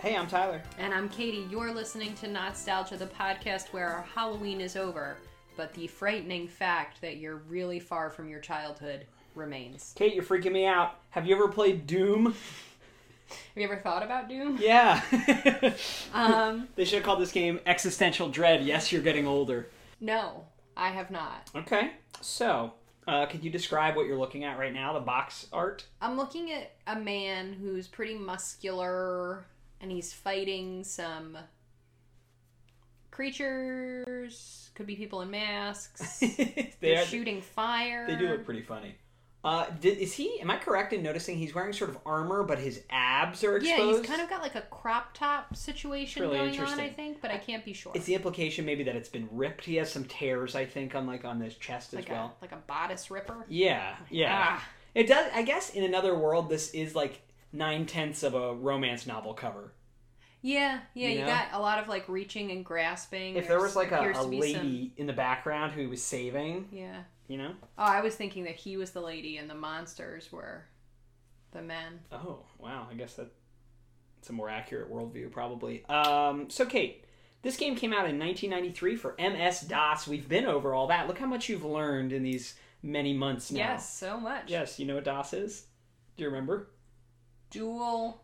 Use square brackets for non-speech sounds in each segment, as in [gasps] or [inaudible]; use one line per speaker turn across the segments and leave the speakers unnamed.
Hey, I'm Tyler.
And I'm Katie. You're listening to Nostalgia, the podcast where our Halloween is over, but the frightening fact that you're really far from your childhood remains.
Kate, you're freaking me out. Have you ever played
[laughs]
Doom?
Have you ever thought
[laughs]
about Doom?
Yeah.
Um,
they should have called this game Existential Dread. Yes, you're getting older.
no, I have not.
Okay. So, uh, could you describe what you're looking at right now? The box art? [laughs]
I'm looking at a man who's pretty muscular and he's fighting some creatures, could be people in masks.
[laughs] they
They're
are-
shooting fire.
They do look pretty funny. Uh, did, is he? Am I correct in noticing he's wearing sort of armor, but his abs are
Yeah,
exposed?
he's kind of got like a crop top situation
It's really
going on, I
interesting.
think, but I can't be sure.
It's the implication maybe that it's been ripped. He has some tears, I think, on like on his chest as
like
well.
a like a bodice ripper.
Yeah, yeah.
Ah,
It does. I guess in another world, this is like nine tenths of a romance novel cover.
yeah, yeah.
You
You,
know?
got a lot of like reaching and grasping.
If there
There's-
was like a,
appears
a
to be
lady
some-
in the background who was saving,
yeah.
you know?
Oh, I was thinking that he was the lady and the monsters were the men.
Oh, wow. I guess that it's a more accurate worldview, probably. Um, so, Kate, this game came out in 1993 for MS DOS. We've been over all that. Look how much you've learned in these many months now.
Yes, so much.
Yes. You know what DOS is? Do you remember?
Dual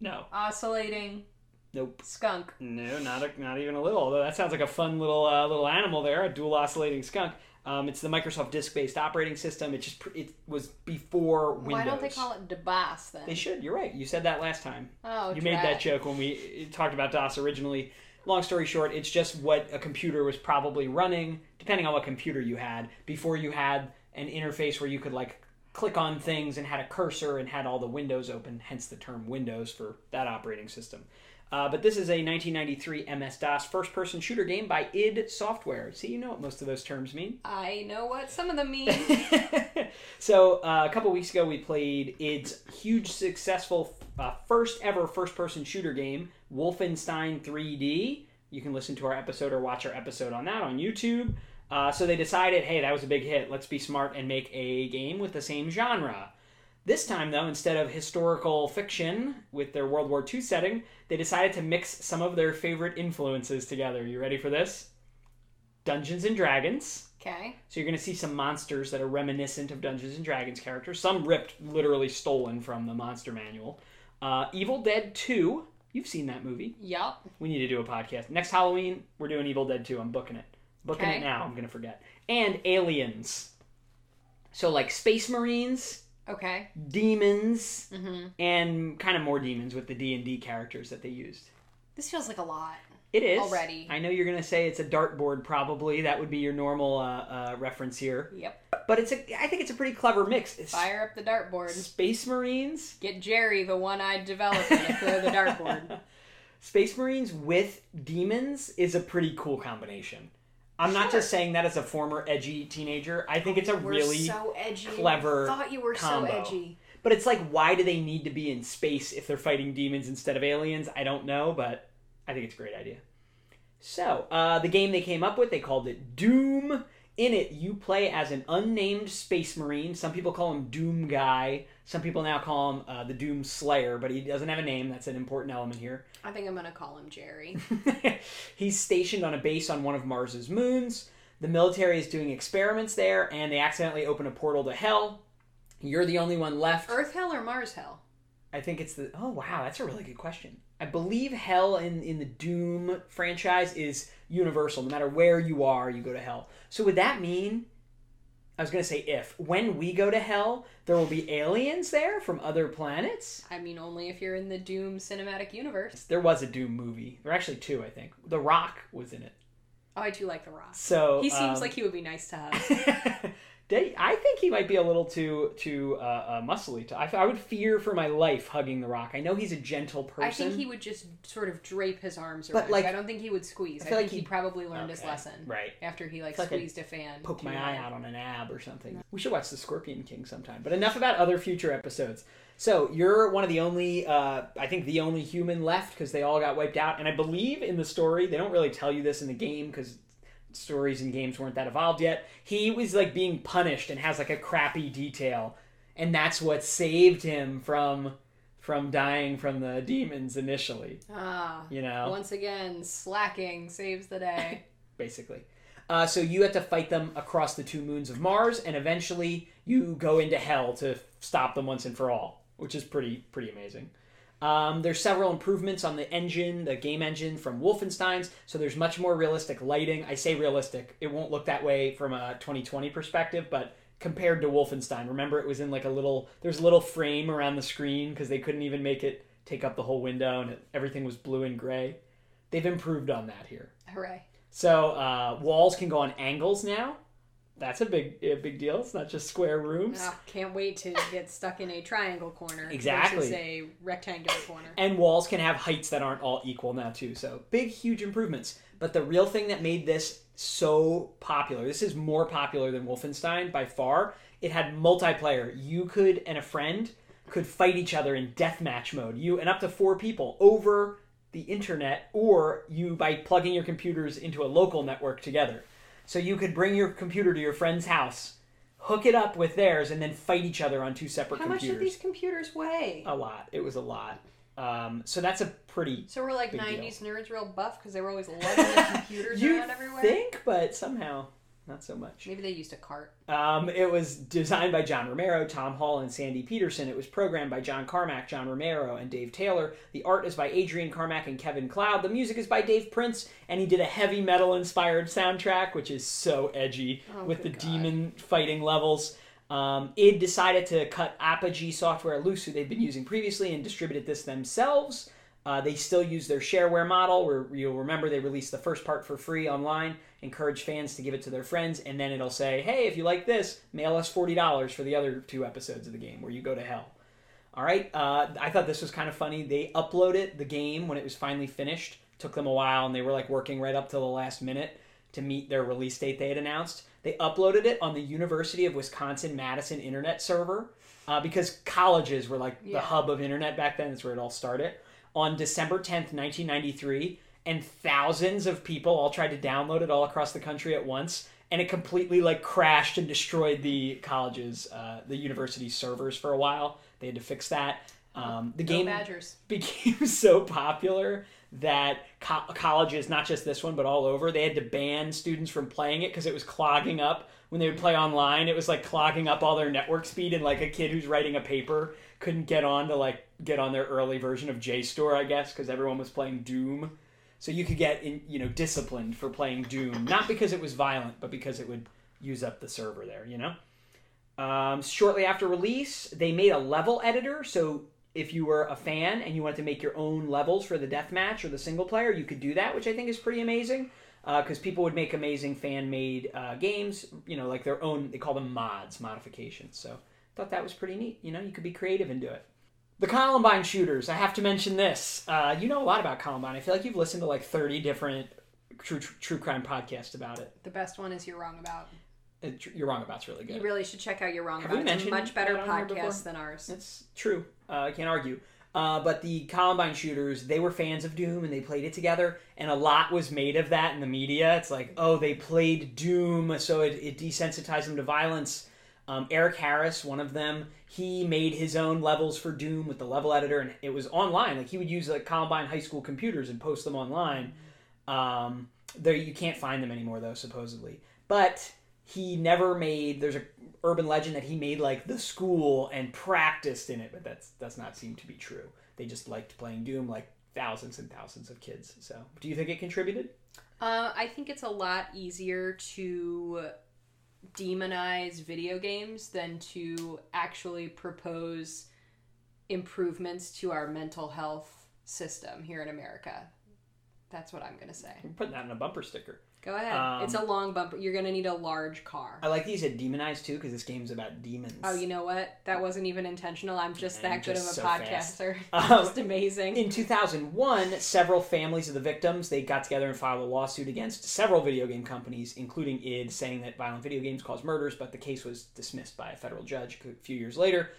No.
oscillating
Nope.
skunk.
No, not a, not even a little. Although that sounds like a fun little uh, little animal there, a dual oscillating skunk. Um, it's the Microsoft disk-based operating system. It just pr- it was before Windows.
Why don't they call it DeBoss then?
They should. You're right. You said that last time.
oh,
you made that
drat.
joke when we talked about DOS originally. Long story short, it's just what a computer was probably running, depending on what computer you had, before you had an interface where you could like click on things and had a cursor and had all the windows open, hence the term Windows for that operating system. Uh, but this is a 1993 MS DOS first person shooter game by id Software. See, you know what most of those terms mean
I know what some of them mean.
[laughs] so uh, a couple weeks ago we played its huge successful uh, first ever first person shooter game wolfenstein 3d you can listen to our episode or watch our episode on that on youtube uh, so they decided hey that was a big hit let's be smart and make a game with the same genre this time though instead of historical fiction with their world war ii setting they decided to mix some of their favorite influences together you ready for this dungeons and dragons
okay.
so you're going to see some monsters that are reminiscent of Dungeons and Dragons characters. Some ripped, literally stolen from the Monster Manual. Uh, Evil Dead 2. You've seen that movie.
Yup.
We need to do a podcast. Next Halloween, we're doing Evil Dead 2. I'm booking it. Booking it
Okay.
now. I'm going to forget. And aliens. So, like space marines,
Okay.
demons,
hmm
and kind of more demons with the D&D characters that they used.
This feels like a lot.
It is.
Already.
I know you're going to say it's a dartboard probably. That would be your normal uh, uh, reference here.
Yep.
But it's a, I think it's a pretty clever mix. It's
Fire up the dartboard.
Space Marines,
Get Jerry, the one-eyed developer, to
[laughs]
throw the dartboard.
Space Marines with demons is a pretty cool combination. I'm not
Sure.
just saying that as a former edgy teenager. I think it's a
We're
really,
so edgy.
clever
Thought you were
combo.
so edgy.
but it's like, why do they need to be in space if they're fighting demons instead of aliens? I don't know, but I think it's a great idea. So, uh, the game they came up with, they called it Doom. In it, you play as an unnamed space marine. Some people call him Doom Guy. Some people now call him uh, the Doom Slayer, but he doesn't have a name. That's an important element here.
I think I'm gonna call
[laughs]
him Jerry.
He's stationed on a base on one of Mars's moons. The military is doing experiments there, and they accidentally open a portal to hell. You're the only one left.
Earth hell or Mars hell?
I think it's the. Oh wow, that's a really good question. I believe hell in in the Doom franchise is universal. No matter where you are, you go to hell. So would that mean? I was gonna say if when we go to hell, there will be aliens there from other planets.
I mean, only if you're in the Doom cinematic universe.
There was a Doom movie. There were actually two, I think. The Rock was in it.
Oh, I do like the Rock.
So
He seems
um,
like he would be nice to us.
[laughs] They- I think he might be a little too too uh, uh, muscly. To, I, I would fear for my life hugging the rock. I know he's a gentle person.
I think he would just sort of drape his arms
But,
around. you.
like-
I don't think he would squeeze. I,
feel
think
like
he,
he-
probably learned his
Okay.
lesson
right
after he like
It's like I
squeezed a fan.
poke
to-
my eye out on an ab or something. We should watch the Scorpion King sometime. But enough about other future episodes. So you're one of the only, uh, I think, the only human left because they all got wiped out. And I believe in the story, they don't really tell you this in the game because stories and games weren't that evolved yet. He was like being punished and has like a crappy detail, and that's what saved him from from dying from the demons initially.
Ah.
You know,
Once again, slacking saves
[laughs]
the day.
basically. Uh, so you have to fight them across the two moons of Mars, and eventually you go into hell to stop them once and for all, which is pretty pretty amazing. Um, there's several improvements on the engine, the game engine from Wolfenstein's, so there's much more realistic lighting. I say realistic; it won't look that way from a 2020 perspective, but compared to Wolfenstein, remember it was in like a little there's a little frame around the screen because they couldn't even make it take up the whole window, and it, everything was blue and gray. They've improved on that here.
Hooray.
So uh, walls can go on angles now. That's a big a big deal. It's not just square rooms.
Ah, can't wait to get stuck in a triangle corner
Exactly.
versus a rectangular corner.
And walls can have heights that aren't all equal now too. So big huge improvements. But the real thing that made this so popular, this is more popular than Wolfenstein by far. It had multiplayer. You could and a friend could fight each other in deathmatch mode. You and up to four people over the internet or you by plugging your computers into a local network together. So you could bring your computer to your friend's house, hook it up with theirs, and then fight each other on two separate
How much
computers.
do these computers weigh?
A lot. It was a lot. Um, so that's a pretty.
So we're like
Big deal.
90s nerds real buff because they were always lugging
[laughs]
their computers
You
around everywhere.
think, but somehow not so much.
Maybe they used a cart.
Um, it was designed by John Romero, Tom Hall, and Sandy Peterson. It was programmed by John Carmack, John Romero, and Dave Taylor. The art is by Adrian Carmack and Kevin Cloud. The music is by Dave Prince, and he did a heavy metal inspired soundtrack, which is so edgy
Oh,
with the
good God.
demon fighting levels. Um, id decided to cut Apogee Software loose, who they've been using previously, and distributed this themselves. Uh, they still use their shareware model, where you'll remember they released the first part for free online, encourage fans to give it to their friends, and then it'll say, hey, if you like this, mail us $40 for the other two episodes of the game where you go to hell. All right, uh, I thought this was kind of funny. They uploaded the game when it was finally finished. Took them a while, and they were like working right up till the last minute to meet their release date they had announced. They uploaded it on the University of Wisconsin Madison internet server uh, because colleges were like the
Yeah.
hub of internet back then. That's where it all started. On December 10th, 1993, and thousands of people all tried to download it all across the country at once, and it completely like crashed and destroyed the college's, uh, the university's servers for a while. They had to fix that. Um, the
No
game
Badgers.
became [laughs] so popular that co- colleges, not just this one, but all over, they had to ban students from playing it because it was clogging up. When they would play online, it was like clogging up all their network speed, and like a kid who's writing a paper couldn't get on to like get on their early version of JSTOR, I guess, because everyone was playing Doom. So you could get in, you know disciplined for playing Doom, not because it was violent, but because it would use up the server there, you know. Um, shortly after release, they made a level editor. So if you were a fan and you wanted to make your own levels for the deathmatch or the single player, you could do that, which I think is pretty amazing. Because people would make amazing fan-made uh, games, you know, like their own. They call them mods, modifications. So thought that was pretty neat. You know, you could be creative and do it. The Columbine shooters. I have to mention this. Uh, you know a lot about Columbine. I feel like you've listened to like thirty different true true crime podcasts about it.
The best one is You're Wrong About.
Uh, Tr- You're wrong about's really good.
You really should check out You're Wrong
Have we
About. It's a
mentioned
much better
that on here before?
podcast than ours.
That's true. Uh, I can't argue. Uh, but the Columbine shooters, they were fans of Doom and they played it together, and a lot was made of that in the media. It's like, oh, they played Doom, so it, it desensitized them to violence. Um, Eric Harris, one of them, he made his own levels for Doom with the level editor, and it was online. Like he would use like Columbine high school computers and post them online. Um, there you can't find them anymore though, supposedly. But he never made. There's a urban legend that he made like the school and practiced in it, but that's does not seem to be true. They just liked playing Doom, like thousands and thousands of kids. So, do you think it contributed?
Uh, I think it's a lot easier to demonize video games than to actually propose improvements to our mental health system here in America. That's what I'm going to say.
I'm putting that in a bumper sticker.
Go ahead.
Um,
it's a long bumper. You're going to need a large car.
I like these at demonized too because this game's about demons.
Oh, you know what? That wasn't even intentional. I'm just
I'm
that good
just
of
so
a
fast.
podcaster. [laughs]
Um,
just amazing.
In 2001, several families of the victims they got together and filed a lawsuit against several video game companies, including ID, saying that violent video games cause murders. But the case was dismissed by a federal judge a few years later.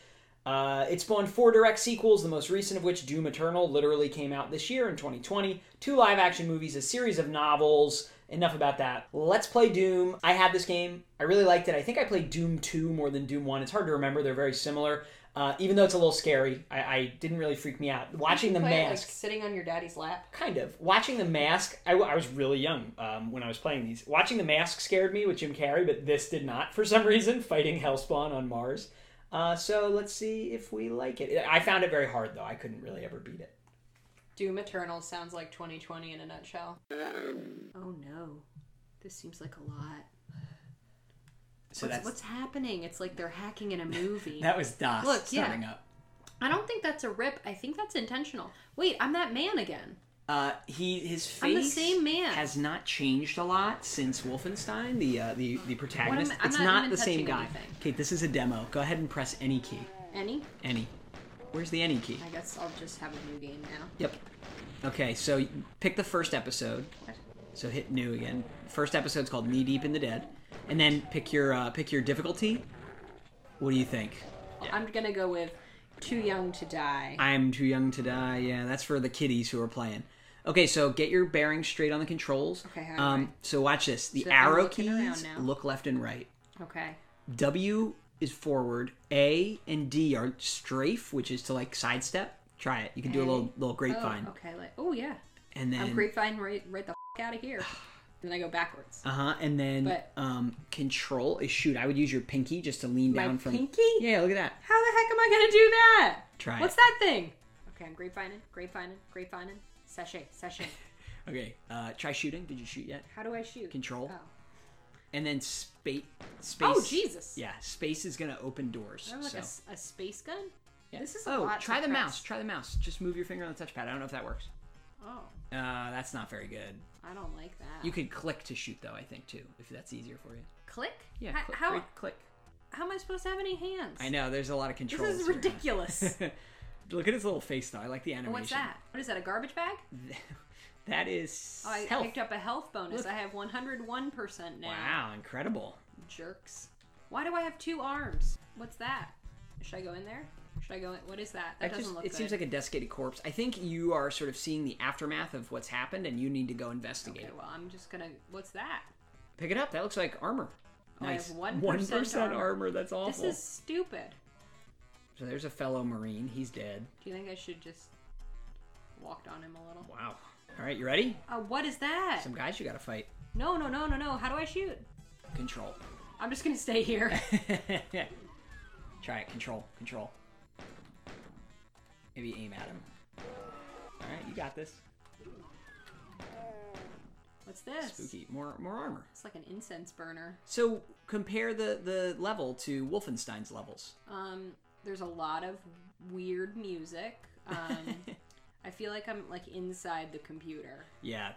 Uh, it spawned four direct sequels, the most recent of which, Doom Eternal, literally came out this year in 2020. Two live action movies, a series of novels. Enough about that. Let's play Doom. I had this game. I really liked it. I think I played Doom 2 more than Doom 1. It's hard to remember, they're very similar. Uh, even though it's a little scary, I, I didn't really freak me out. Watching
You
the
play it, like,
mask,
sitting on your daddy's lap.
kind of. Watching the mask, I, w- I was really young um, when I was playing these. Watching the mask scared me with Jim Carrey, but this did not for some [laughs] reason. Fighting Hellspawn on Mars. Uh, so let's see if we like it. I found it very hard though. I couldn't really ever beat it.
Doom Eternal sounds like 2020 in a nutshell. Oh no. This seems like a lot.
So
what's,
that's
what's happening? It's like they're hacking in a movie.
[laughs] that was DOS
Look, yeah.
starting up.
I don't think that's a rip. I think that's intentional. Wait, I'm that man again.
Uh, he his
I'm
face
the same man.
has not changed a lot since Wolfenstein, the uh, the the protagonist.
What am I- I'm
it's
not
not
even
the same
touching
guy.
anything.
Kate, this is a demo. Go ahead and press any key.
Any?
Any. Where's the any key?
I guess I'll just have a new game now.
Yep. Okay, so y- pick the first episode.
What?
So hit new again. First episode's called Knee Deep in the Dead, and then pick your uh, pick your difficulty. What do you think?
I'm gonna go with Too Young to Die.
I'm too young to die. Yeah, that's for the kiddies who are playing. Okay, so get your bearings straight on the controls.
Okay, how do
Um, so watch this. The
So I'm
arrow
looking around
keys
now.
look left and right.
Okay.
W is forward. A and D are strafe, which is to like sidestep. Try it. You can do a
A.
little little
Oh,
grapevine,
okay. Like, oh yeah.
and then
I'm grapevine right, right the f- out of here.
[sighs]
Then I go backwards.
Uh huh. And then
But-
um, control is shoot. I would use your pinky just to lean
My
down from.
pinky?
Yeah, look at that.
How the heck am I gonna do that?
Try
What's
it.
that thing? Okay, I'm grapevining, grapevining, grapevining. Sachet, sachet.
Okay. Uh, try shooting. Did you shoot yet?
How do I shoot?
Control.
Oh.
And then space. Space.
Oh Jesus.
Yeah, space is gonna open doors.
I have like
so.
a s- a, space gun.
yeah.
this is a
oh,
lot to
try the
press.
mouse. Try the mouse. Just move your finger on the touchpad. I don't know if that works.
Oh,
Uh, that's not very good.
I don't like that.
You could click to shoot though. I think too, if that's easier for you.
click.
Yeah.
How
click,
how,
right click.
how am I supposed to have any hands?
I know. There's a lot of
This
controls.
is
here. [laughs]
ridiculous.
Look at his little face though. I like the animation.
What's that? What is that? A garbage bag?
[laughs] That is
Oh, I
health.
picked up a health bonus. I have 101% now.
Wow, incredible.
Jerks. Why do I have two arms? What's that? Should I go in there? Should I go in? What is that? That
That
doesn't
just,
look
it
good.
seems like a desiccated corpse. I think you are sort of seeing the aftermath of what's happened and you need to go investigate
okay,
it.
well, I'm just gonna. What's that?
Pick it up. That looks like armor.
Oh, I have
Nice.
1%
armor.
armor.
That's awful.
This is stupid.
So there's a fellow Marine. He's dead.
Do you think I should just walked on him a little?
Wow. All right, you ready?
Uh, what is that?
Some guys you gotta fight.
No, no, no, no, no. How do I shoot?
Control. [laughs]
I'm just gonna [laughs] stay here.
Try it. Control. Control. Maybe aim at him. All right, you got this.
What's this?
Spooky. More more armor.
It's like an incense burner.
So compare the the level to Wolfenstein's levels.
Um, there's a lot of weird music.
[laughs]
Um, I feel like I'm like inside the computer.
Yeah,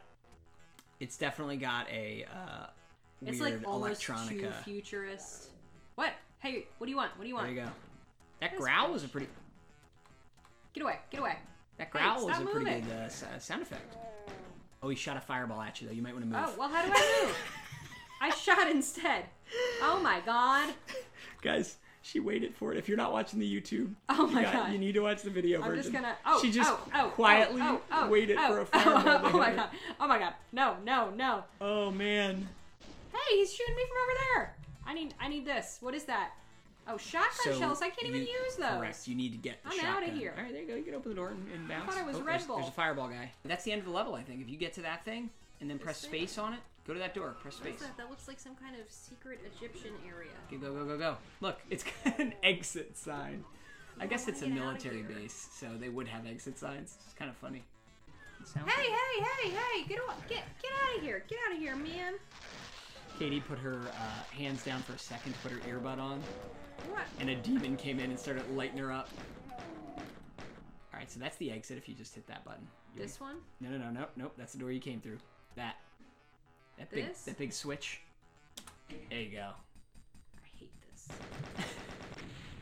it's definitely got a uh, weird
It's like almost too
electronica.
futurist. What? Hey, what do you want? What do you
there
want?
you go. That
That's
growl
good.
was a pretty.
Get away! Get away!
That
Hey,
growl was
stop
a pretty
moving.
good uh, s- uh, sound effect. Oh, he shot a fireball at you though. You might want to move.
Oh well, how do I
[laughs]
move? I shot instead. Oh my god!
Guys, she waited for it. If you're not watching the YouTube,
Oh my God.
need to watch the video
I'm just gonna. Oh, oh, oh, oh, oh, oh, oh, [laughs] oh,
to
Oh, my
hit her.
god! Oh my god! No! No! No!
Oh man.
Hey, he's shooting me from over there. I need. I need this. What is that? Oh, shotgun shells. I can't even
you-
use those.
Correct. You need to get the
I'm outta
shotgun.
here.
All right, there you go. You can open the door and, and bounce.
thought it was
oh,
Red
there's,
Bull.
There's a fireball guy. That's the end of the level, I think. If you get to that thing and then press
thing?
space on it, go to that door. Press space.
That, that looks like some kind of secret Egyptian area.
Go, go, go, go, go. Look, it's [laughs] got an exit sign. I guess
wanna
it's a
get outta
military
here.
base, so they would have exit signs. It's kind of funny. Sound
Hey, hey, hey, hey! Get awa- get get out of here! Get out of here, man!
Katie put her uh, hands down for a second to put her earbud on,
What?
and a demon came in and started lighting her up. All right, so that's the exit. If you just hit that button, You're-
This one?
No, no, no, no, nope. That's the door you came through. That. That big,
This?
that big switch. There you go.
I hate this.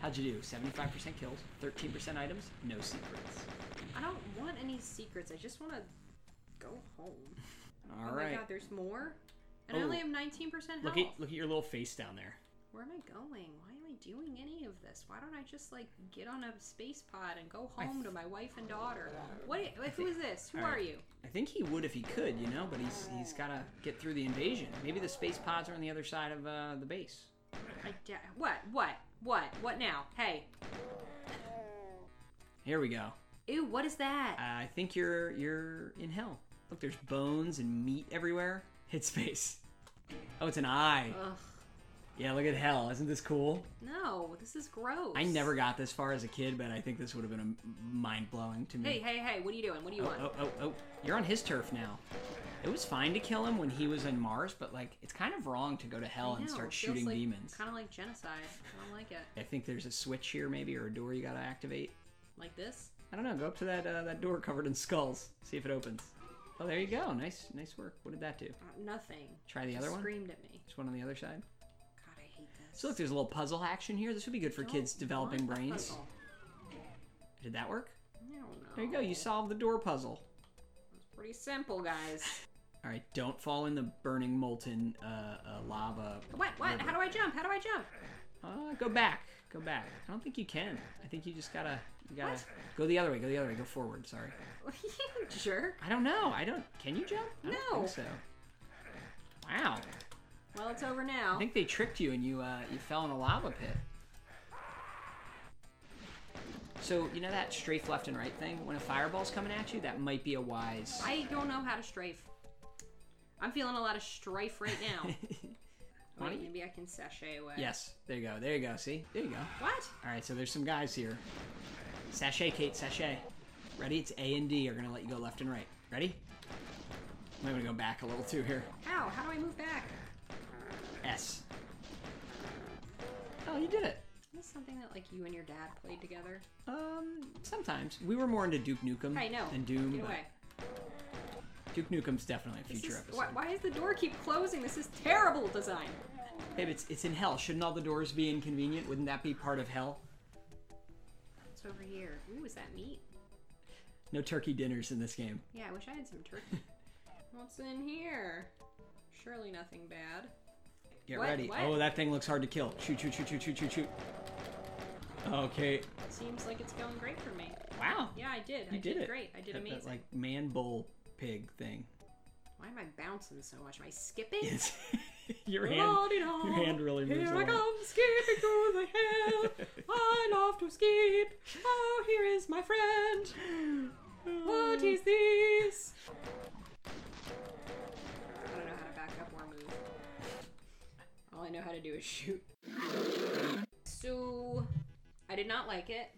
How'd you do? 75% kills, 13% items, no secrets.
I don't want any secrets. I just want to go home.
All
oh
right.
my god, there's more, and I
Oh.
only have 19 percent health.
Look at look at your little face down there.
Where am I going? Why am I doing any of this? Why don't I just like get on a space pod and go
I
home to my wife
[laughs]
and daughter? What? i- Like, who is this? Who
All
are
right.
you?
I think he would if he could, you know, but he's he's got to get through the invasion. Maybe the space pods are on the other side of uh, the base.
I da- what? What? What? What now? Hey.
Here we go.
Ew, what is that?
I think you're you're in hell. Look, there's bones and meat everywhere. Hit space. Oh, it's an eye.
Ugh.
Yeah, look at hell. Isn't this cool?
No, this is gross.
I never got this far as a kid, but I think this would have been a mind blowing to me.
Hey, hey, hey, what are you doing? What do you want?
Oh, oh, oh! You're on his turf now. It was fine to kill him when he was on Mars, but like, it's kind of wrong to go to hell and start shooting demons.
Kind of like genocide. I don't like it.
I think there's a switch here, maybe, or a door you gotta activate.
Like this?
I don't know. Go up to that uh, that door covered in skulls. See if it opens. Oh, there you go. Nice, nice work. What did that do?
Uh, nothing.
Try the
Just
other one.
Screamed at me.
There's one on the other side.
God, I hate this.
So look, there's a little puzzle action here. This would be good for
Don't
kids developing
want a
brains.
puzzle.
Did that work?
I don't know.
There you go. You solved the door puzzle.
Pretty simple, guys.
All right. Don't fall in the burning molten uh, uh, lava.
What? What? How do I jump? How do I jump? [laughs]
Uh, go back. Go back. I don't think you can. I think you just gotta. You gotta go the other way. Go the other way. Go forward. Sorry.
you jerk.
I don't know. I don't. Can you jump? I don't
No.
think so. Wow.
Well, it's over now.
I think they tricked you and you uh, you fell in a lava pit. So you know that strafe left and right thing. When a fireball's coming at you, that might be a wise.
I don't know how to strafe. I'm feeling a lot of
[laughs]
strife right now.
Why
Wait,
don't you-
maybe I can sashay away.
[laughs] Yes. There you go. There you go. See. There you go.
What?
All right. So there's some guys here. Sachet, Kate. Sachet. Ready? It's A and D are gonna let you go left and right. Ready? I'm gonna go back a little too here.
How? How do I move back?
S. Oh, you did it.
Is this something that like you and your dad played together?
Um, sometimes we were more into Duke Nukem
I know.
and Mm, Doom.
Get
but-
away.
Duke Nukem's definitely a
This
future
is-
episode.
why, why does the door keep closing? This is terrible design.
Babe, it's, it's in hell. Shouldn't all the doors be inconvenient? Wouldn't that be part of hell?
It's over here. Ooh, is that meat?
No turkey dinners in this game.
Yeah, I wish I had some
[laughs]
turkey. What's in here? Surely nothing bad.
Get
What?
ready.
What?
Oh, that thing looks hard to kill. Shoot, shoot, shoot, shoot, shoot, shoot, shoot. Okay.
Seems like it's going great for me.
Wow.
Yeah, I did.
You
I
did, it.
great. I did
That- that,
amazing.
like man bull pig thing.
Why am I bouncing so much? Am I skipping?
It's [laughs] your hand.
La-di-da.
your hand really moves
Here
a
I
lot.
come, skipping through the
[laughs]
hill. I love to skip. Oh, here is my friend. What is this? I don't know how to back up or move. All I know how to do is shoot. So, I did not like it.
[gasps]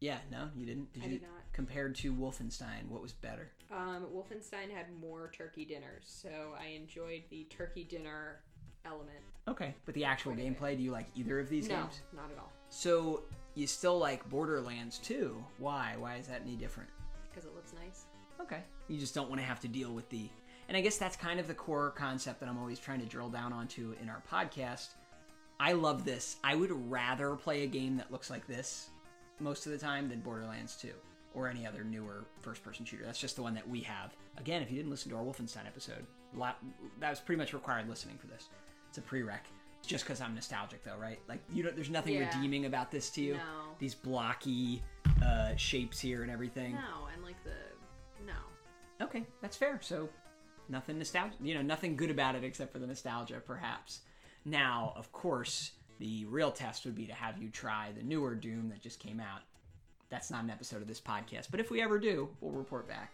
Yeah. No, you didn't. Did
I
you?
did not.
Compared to Wolfenstein, what was better?
Um, Wolfenstein had more turkey dinners, so I enjoyed the turkey dinner element.
Okay. But the actual gameplay, do you like either of these
No,
games?
not at all.
So you still like Borderlands too? Why? Why is that any different?
Because it looks nice.
Okay. You just don't want to have to deal with the. And I guess that's kind of the core concept that I'm always trying to drill down onto in our podcast. I love this. I would rather play a game that looks like this most of the time than Borderlands 2 or any other newer first person shooter. That's just the one that we have. Again, if you didn't listen to our Wolfenstein episode, a lot, that was pretty much required listening for this. It's a prereq. It's just because I'm nostalgic, though, right? Like, you don't, there's nothing
Yeah.
redeeming about this to you.
No.
These blocky uh, shapes here and everything.
No, and like the no.
Okay, that's fair. So, nothing nostalgic, you know, nothing good about it except for the nostalgia, perhaps. Now, of course, the real test would be to have you try the newer Doom that just came out. That's not an episode of this podcast, but if we ever do, we'll report back.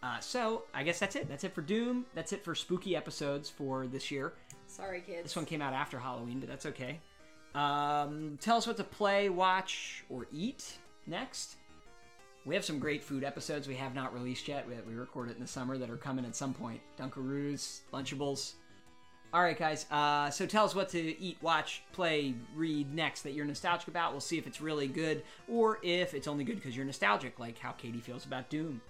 Uh, so, I guess that's it. That's it for Doom. That's it for spooky episodes for this year.
Sorry, kids.
This one came out after Halloween, but that's okay. Um, tell us what to play, watch, or eat next. We have some great food episodes we have not released yet. We, we recorded in the summer that are coming at some point. Dunkaroos, Lunchables. All right, guys. Uh, so tell us what to eat, watch, play, read next that you're nostalgic about. We'll see if it's really good or if it's only good because you're nostalgic, like how Katie feels about Doom.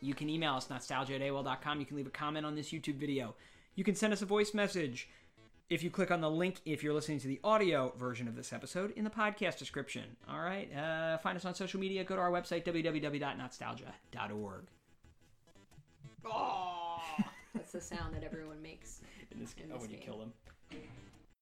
You can email us, nostalgia at AOL.com. You can leave a comment on this YouTube video. You can send us a voice message if you click on the link if you're listening to the audio version of this episode in the podcast description. All right. Uh, find us on social media. Go to our website, www.nostalgia.org.
[laughs] That's the sound that everyone makes.
In this
In oh, this when you game. kill
them.